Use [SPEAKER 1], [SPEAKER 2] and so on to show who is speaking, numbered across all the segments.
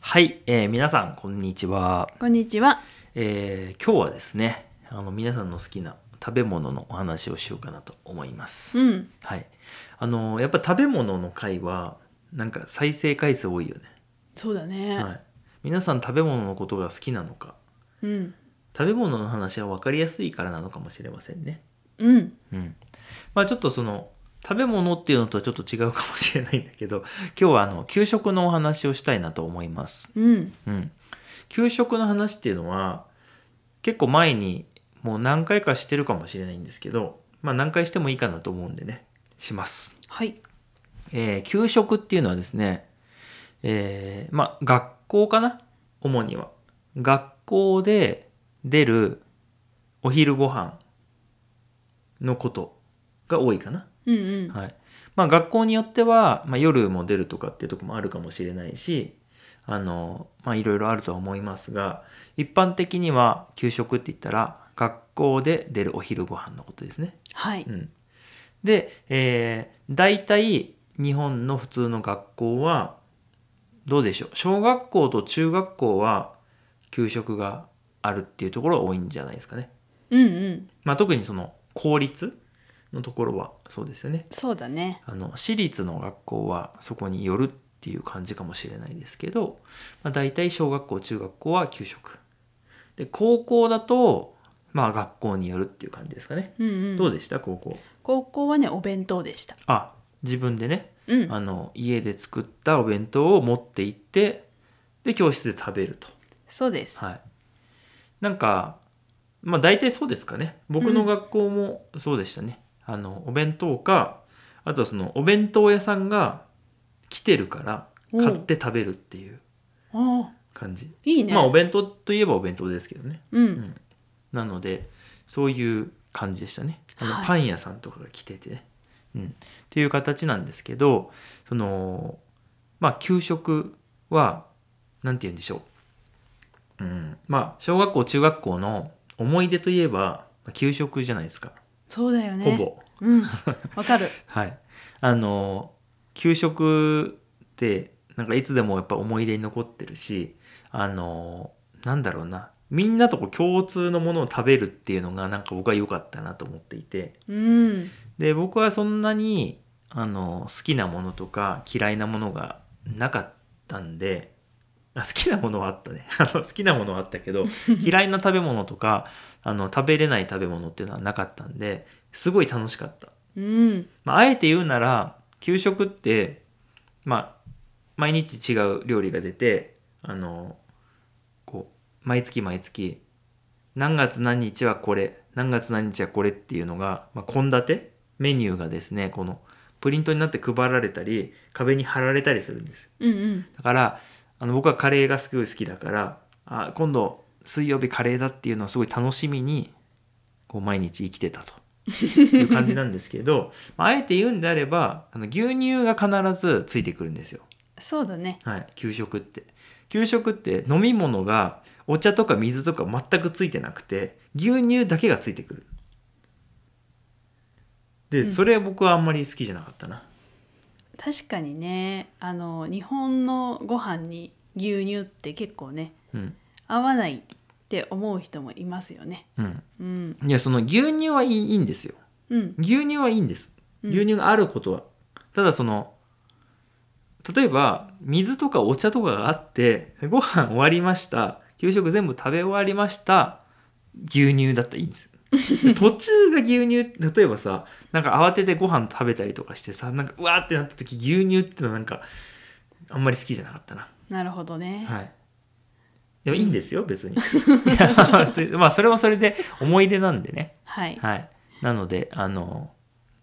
[SPEAKER 1] はい、えー皆さんこんにちは、
[SPEAKER 2] こんにちは。
[SPEAKER 1] えー今日はですねあの皆さんの好きな食べ物のお話をしようかなと思います、
[SPEAKER 2] うん。
[SPEAKER 1] はいあのーやっぱ食べ物の回はなんか再生回数多いよ
[SPEAKER 2] そうだね。
[SPEAKER 1] ね、はい、皆さん食べ物のことが好きなのか
[SPEAKER 2] うん。
[SPEAKER 1] 食べ物の話は分かりやすいからなのかもしれませんね
[SPEAKER 2] うん。
[SPEAKER 1] うんまあちょっとその食べ物っていうのとはちょっと違うかもしれないんだけど今日はあの給食のお話をしたいなと思います
[SPEAKER 2] うん。
[SPEAKER 1] うん、給食の話っていうのは結構前にもう何回かしてるかもしれないんですけど、まあ、何回してもいいかなと思うんでねします。
[SPEAKER 2] はい。
[SPEAKER 1] えー給食っていうのはですね、えーまあ学校かな主には。学校で出るお昼ご飯のことが多いかな。
[SPEAKER 2] うんうん。
[SPEAKER 1] はいまあ、学校によっては、まあ、夜も出るとかっていうとこもあるかもしれないしあのまあいろいろあるとは思いますが一般的には給食って言ったら学校で出るお昼ご飯のことですね。
[SPEAKER 2] はい。
[SPEAKER 1] うん、で、えー、大体日本の普通の学校はどうでしょう小学校と中学校は給食があるっていうところは多いんじゃないですかね。
[SPEAKER 2] うんうん。
[SPEAKER 1] まあ、特にその公立のところはそうですよね。
[SPEAKER 2] そうだね。
[SPEAKER 1] あの私立の学校はそこによるっていう感じかもしれないですけど、まあ、大体小学校中学校は給食で高校だとまあ学校によるっていう感じですかね、
[SPEAKER 2] うんうん。
[SPEAKER 1] どうでした高校
[SPEAKER 2] 高校はね、お弁当でした。
[SPEAKER 1] あ自分でね
[SPEAKER 2] うん。
[SPEAKER 1] あの家で作ったお弁当を持って行ってで教室で食べると
[SPEAKER 2] そうです。
[SPEAKER 1] はいなんかまあ大体そうですかね僕の学校もそうでしたね、あのお弁当かあとはそのお弁当屋さんが来てるから
[SPEAKER 2] うん
[SPEAKER 1] 買って食べるっていう
[SPEAKER 2] ああ、
[SPEAKER 1] 感じ、
[SPEAKER 2] いいね。
[SPEAKER 1] まあお弁当といえばお弁当ですけどね
[SPEAKER 2] う
[SPEAKER 1] うん
[SPEAKER 2] ん。
[SPEAKER 1] なのでそういう感じでしたねあの、
[SPEAKER 2] はい
[SPEAKER 1] パン屋さんとかが来ててね、うん、っていう形なんですけどそのまあ給食は何て言うんでしょう、うん、まあ小学校中学校の思い出といえばまあ給食じゃないですか、
[SPEAKER 2] そうだよ
[SPEAKER 1] ほ。
[SPEAKER 2] ね。
[SPEAKER 1] ぼ
[SPEAKER 2] うん。わかる。
[SPEAKER 1] はいあの給食ってなんかいつでもやっぱ思い出に残ってるしあのなんだろうなみんなとこう共通のものを食べるっていうのがなんか僕は良かったなと思っていて
[SPEAKER 2] うん。
[SPEAKER 1] で僕はそんなにあの好きなものとか嫌いなものがなかったんであ好きなものはあったね あの好きなものはあったけど嫌いな食べ物とかあの食べれない食べ物っていうのはなかったんですごい楽しかった
[SPEAKER 2] うん。
[SPEAKER 1] まあ、あえて言うなら給食って、まあ、毎日違う料理が出てあのこう毎月毎月何月何日はこれ何月何日はこれっていうのがまあ献立、メニューがですねこのプリントになって配られたり壁に貼られたりするんですよ
[SPEAKER 2] うんうん。
[SPEAKER 1] だからあの僕はカレーがすごい好きだからあ今度水曜日カレーだっていうのをすごい楽しみにこう毎日生きてたという感じなんですけど、 まああえて言うんであればあの牛乳が必ずついてくるんですよ、
[SPEAKER 2] そうだね。
[SPEAKER 1] はい、給食って。給食って飲み物がお茶とか水とか全くついてなくて牛乳だけがついてくる。で、
[SPEAKER 2] うん
[SPEAKER 1] それ僕はあんまり好きじゃなかったな。
[SPEAKER 2] 確かにね、あの日本のご飯に牛乳って結構ね、
[SPEAKER 1] うん
[SPEAKER 2] 合わないって思う人もいますよね。
[SPEAKER 1] うん、
[SPEAKER 2] うん。
[SPEAKER 1] いやその牛乳はいいいいんですよ。
[SPEAKER 2] うん。
[SPEAKER 1] 牛乳はいいんです
[SPEAKER 2] うん
[SPEAKER 1] 牛乳があることは、ただその例えば水とかお茶とかがあってご飯終わりました給食全部食べ終わりました牛乳だったらいいんです 途中が牛乳例えばさなんか慌ててご飯食べたりとかしてさなんかうわーってなった時牛乳ってのはなんかあんまり好きじゃなかったな
[SPEAKER 2] なるほどね。
[SPEAKER 1] はいでもいいんですよ 別にいや別にまあそれはそれで思い出なんでね
[SPEAKER 2] はい。
[SPEAKER 1] はい、なのであの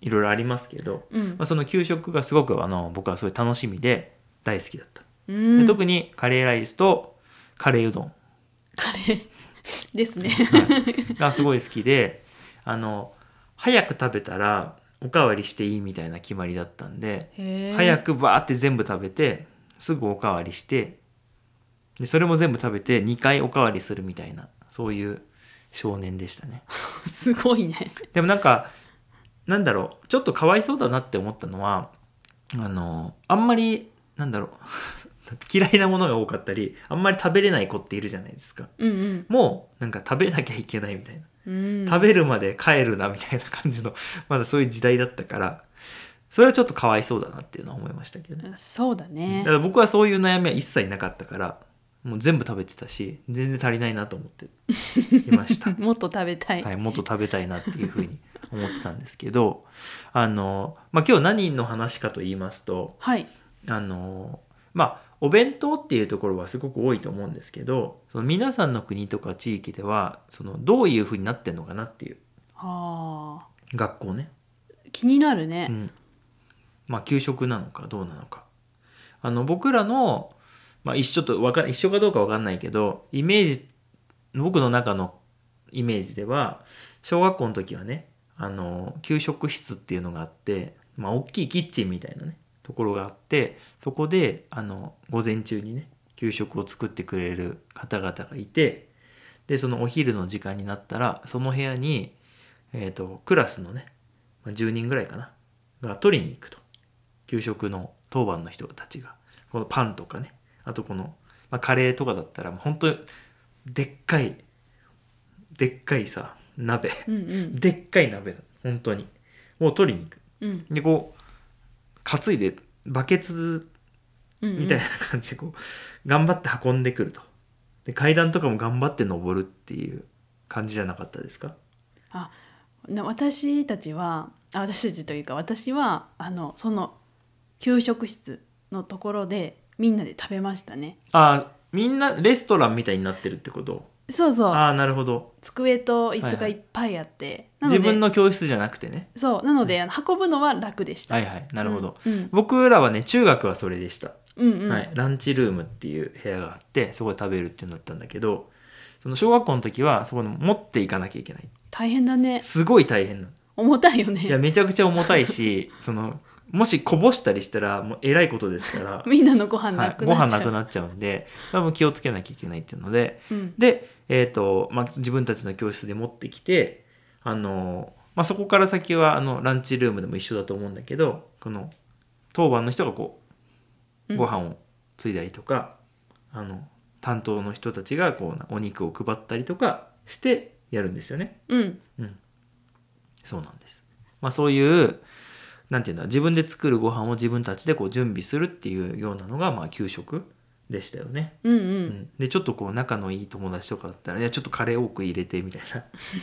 [SPEAKER 1] いろいろありますけど、
[SPEAKER 2] うん
[SPEAKER 1] まあ、その給食がすごくあの僕はすごい楽しみで大好きだった、
[SPEAKER 2] う
[SPEAKER 1] で
[SPEAKER 2] ん、
[SPEAKER 1] 特にカレーライスとカレーうどん
[SPEAKER 2] カレーですね。
[SPEAKER 1] がすごい好きで あの早く食べたらおかわりしていいみたいな決まりだったんで、早
[SPEAKER 2] 早
[SPEAKER 1] くバーって全部食べてすぐおかわりしてでそれも全部食べて2回おかわりするみたいなそういう少年でしたね
[SPEAKER 2] くすごいね。
[SPEAKER 1] でもなんかなんだろうちょっとかわいそうだなって思ったのはあのあんまりなんだろう 嫌いなものが多かったりあんまり食べれない子っているじゃないですか
[SPEAKER 2] うん
[SPEAKER 1] もうなんか食べなきゃいけないみたいな、
[SPEAKER 2] うんうん
[SPEAKER 1] 食べるまで帰るなみたいな感じの まだそういう時代だったからそれはちょっとかわいそうだなっていうのは思いましたけどね
[SPEAKER 2] そうだね
[SPEAKER 1] だから僕はそういう悩みは一切なかったからもう全部食べてたし全然足りないなと思っていま した
[SPEAKER 2] もっと食べたい、
[SPEAKER 1] はい、もっと食べたいなっていうふうに 思ってたんですけどあの、まあ、今日何の話かと言いますと
[SPEAKER 2] はい
[SPEAKER 1] あの、まあ、お弁当っていうところはすごく多いと思うんですけどその皆さんの国とか地域ではそのどういうふうになってんのかなっていう
[SPEAKER 2] は
[SPEAKER 1] 学校ね、
[SPEAKER 2] あ気になる
[SPEAKER 1] う
[SPEAKER 2] ね、
[SPEAKER 1] んまあ、給食なのかどうなのかあの僕らの、まあ、一緒とわか一緒かどうかわかんないけどイメージ僕の中のイメージでは小学校の時はねあの給食室っていうのがあって、まあ、大きいキッチンみたいなねところがあってそこであの午前中にね給食を作ってくれる方々がいてでそのお昼の時間になったらその部屋に、えー、とクラスのねまあ10人ぐらいかなが取りに行くと給食の当番の人たちがこのパンとかねあとこの、まあ、カレーとかだったらもう本当にでっかいでっかいさ鍋
[SPEAKER 2] うん、うん
[SPEAKER 1] でっかい鍋だ本当にもう取りに行く
[SPEAKER 2] うん
[SPEAKER 1] でこう担いでバケツ
[SPEAKER 2] うん
[SPEAKER 1] みたいな感じでこう、頑張って運んでくるとで階段とかも頑張って登るっていう感じじゃなかったですか
[SPEAKER 2] な私たちはあ私たちというか私はあのその給食室のところでみんなで食べましたね
[SPEAKER 1] ああみんなレストランみたいになってるってこと
[SPEAKER 2] そうそう
[SPEAKER 1] ああなるほど
[SPEAKER 2] 机と椅子
[SPEAKER 1] はいは
[SPEAKER 2] が
[SPEAKER 1] い
[SPEAKER 2] いっぱいあって、
[SPEAKER 1] 自分
[SPEAKER 2] なので
[SPEAKER 1] の教室じゃなくてね
[SPEAKER 2] そうなので、あの運ぶのは楽でした、
[SPEAKER 1] はいはいなるほど、
[SPEAKER 2] うん、
[SPEAKER 1] 僕らはね中学はそれでした、
[SPEAKER 2] うんうんうん、
[SPEAKER 1] はい、ランチルームっていう部屋があってそこで食べるっていうのだったんだけどその小学校の時はそこに持っていかなきゃいけない
[SPEAKER 2] 大変だね
[SPEAKER 1] すごい大変なの
[SPEAKER 2] 重たいよ
[SPEAKER 1] いや
[SPEAKER 2] ね
[SPEAKER 1] めちゃくちゃ重たい しそのもしこぼしたりしたらもうえらいことです か
[SPEAKER 2] みんなのご飯
[SPEAKER 1] ら、
[SPEAKER 2] な
[SPEAKER 1] はい、
[SPEAKER 2] く
[SPEAKER 1] ご飯
[SPEAKER 2] なっち
[SPEAKER 1] な
[SPEAKER 2] ゃう、
[SPEAKER 1] くなっちゃうんで多分気をつけなきゃいけないっていうので
[SPEAKER 2] うん
[SPEAKER 1] で、えーとまあ、自分たちの教室で持ってきてあの、まあ、そこから先はあのランチルームでも一緒だと思うんだけどこの当番の人がこ
[SPEAKER 2] う
[SPEAKER 1] うんご飯をついだりとか、あの担当の人たちがこうお肉を配ったりとかしてやるんですよね。
[SPEAKER 2] うん
[SPEAKER 1] そうなんです、まあ、そういうなんていうんだ自分で作るご飯を自分たちでこう準備するっていうようなのが、まあ、給食でしたよね。
[SPEAKER 2] うんう
[SPEAKER 1] うんんでちょっとこう仲のいい友達とかだったら「いやちょっとカレー多く入れて」みたい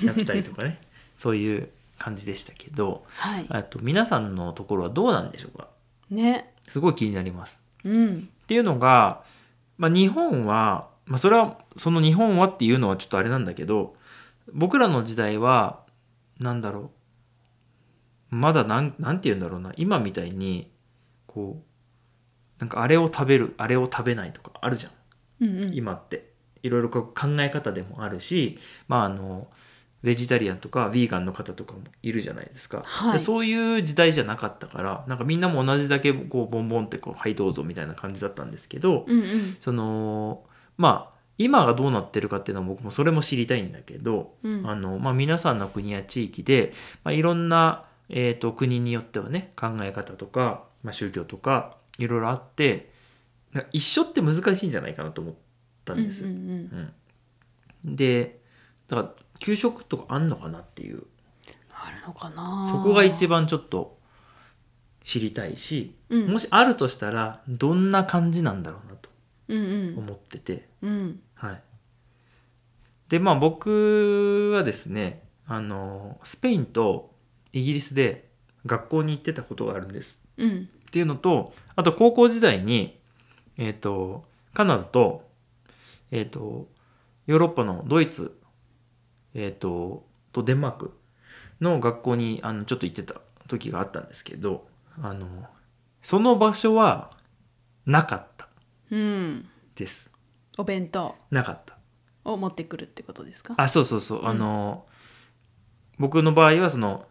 [SPEAKER 1] な やったりとかねそういう感じでしたけど
[SPEAKER 2] はい
[SPEAKER 1] あと皆さんのところはどうなんでしょうか
[SPEAKER 2] ね
[SPEAKER 1] すごい気になります。
[SPEAKER 2] うん
[SPEAKER 1] っていうのが、まあ、日本は、まあ、それはその日本はっていうのはちょっとあれなんだけど僕らの時代はなんだろうまだなんなんて言うんだろうな今みたいにこうなんかあれを食べるあれを食べないとかあるじゃん。
[SPEAKER 2] うんうん
[SPEAKER 1] 今っていろいろこう考え方でもあるし、まあ、あのベジタリアンとかヴィーガンの方とかもいるじゃないですか、
[SPEAKER 2] はい
[SPEAKER 1] でそういう時代じゃなかったからなんかみんなも同じだけこうボンボンってこう「はいどうぞ」みたいな感じだったんですけど、
[SPEAKER 2] うんうん
[SPEAKER 1] そのまあ今がどうなってるかっていうのは僕もそれも知りたいんだけど、
[SPEAKER 2] うん
[SPEAKER 1] あのまあ、皆さんの国や地域で、まあ、いろんな、えー、と国によってはね考え方とか、まあ、宗教とかいろいろあってな一緒って難しいんじゃないかなと思ったんです。
[SPEAKER 2] うんうんうん
[SPEAKER 1] うんでだから給食とかあんのかなっていう
[SPEAKER 2] あるのかな
[SPEAKER 1] そこが一
[SPEAKER 2] 番
[SPEAKER 1] 番ちょっと知りたいし、
[SPEAKER 2] うん
[SPEAKER 1] もしあるとしたらどんな感じなんだろうなと
[SPEAKER 2] うんうん
[SPEAKER 1] 思ってて。
[SPEAKER 2] うん
[SPEAKER 1] はい、でまあ僕はですねあのスペインとイギリスで学校に行ってたことがあるんです
[SPEAKER 2] うん
[SPEAKER 1] っていうのとあと高校時代に、えー、とカナダと,、えー、とヨーロッパのドイツ、えー、ととデンマークの学校にあのちょっと行ってた時があったんですけどあのその場所はなかった
[SPEAKER 2] うん
[SPEAKER 1] です
[SPEAKER 2] お弁当
[SPEAKER 1] なかった
[SPEAKER 2] を持ってくるってことですか
[SPEAKER 1] あそうそうそう、
[SPEAKER 2] ん
[SPEAKER 1] あの僕の場合はその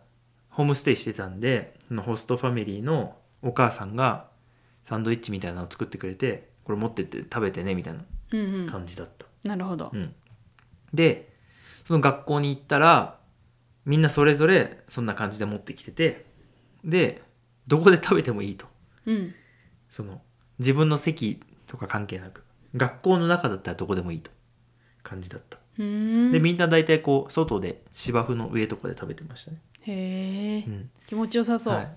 [SPEAKER 1] ホームステイしてたんでそのホストファミリーのお母さんがサンドイッチみたいなのを作ってくれてこれ持ってって食べてねみたいな
[SPEAKER 2] うんうん
[SPEAKER 1] 感じだった、
[SPEAKER 2] なるほど
[SPEAKER 1] うんでその学校に行ったらみんなそれぞれそんな感じで持ってきててでどこで食べてもいいと
[SPEAKER 2] うん
[SPEAKER 1] その自分の席とか関係なく学校の中だったらどこでもいいと感じだった
[SPEAKER 2] うーん
[SPEAKER 1] でみんな大体こう外で芝生の上とかで食べてましたね、
[SPEAKER 2] へえ、
[SPEAKER 1] うん
[SPEAKER 2] 気持ちよさそう、
[SPEAKER 1] はい、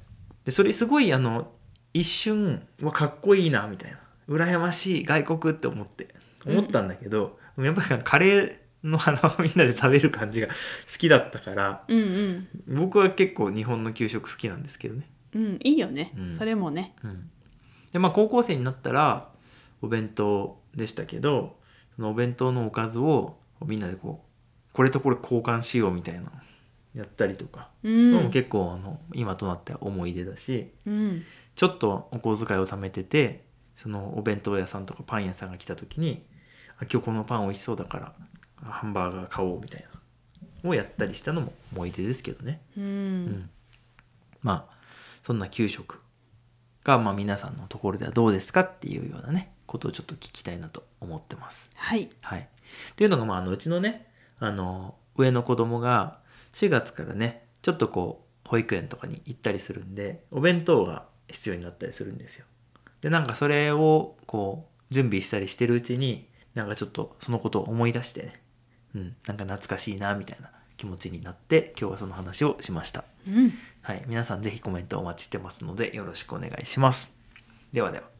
[SPEAKER 1] でそれすごいあの一瞬はかっこいいなみたいな羨ましい外国って思って思ったんだけど、でもやっぱりカレーのあのみんなで食べる感じが好きだったから
[SPEAKER 2] うんうん
[SPEAKER 1] 僕は結構日本の給食好きなんですけどね、
[SPEAKER 2] うんいいよね、
[SPEAKER 1] うん
[SPEAKER 2] それもね
[SPEAKER 1] うん、でまあ高校生になったらお弁当でしたけどそのお弁当のおかずをみんなでこうこれとこれ交換しようみたいなのやったりとか、
[SPEAKER 2] う
[SPEAKER 1] でも
[SPEAKER 2] ん、
[SPEAKER 1] 結構あの今となっては思い出だし
[SPEAKER 2] うん、
[SPEAKER 1] ちょっとお小遣いを貯めててそのお弁当屋さんとかパン屋さんが来た時にあ今日このパン美味しそうだからハンバーガー買おうみたいなをやったりしたのも思い出ですけどね、
[SPEAKER 2] うん
[SPEAKER 1] うんまあそんな給食が、まあ、皆さんのところではどうですかっていうようなねことをちょっと聞きたいなと思ってます。
[SPEAKER 2] はい
[SPEAKER 1] はい、っていうのが、まあ、あのうちのねあの上の子供が4月からねちょっとこう保育園とかに行ったりするんでお弁当が必要になったりするんですよ。でなんかそれをこう準備したりしてるうちになんかちょっとそのことを思い出してね、うん、なんか懐かしいなみたいな気持ちになって今日はその話をしました。
[SPEAKER 2] うん
[SPEAKER 1] はい、皆さんぜひコメントお待ちしてますのでよろしくお願いします。ではでは。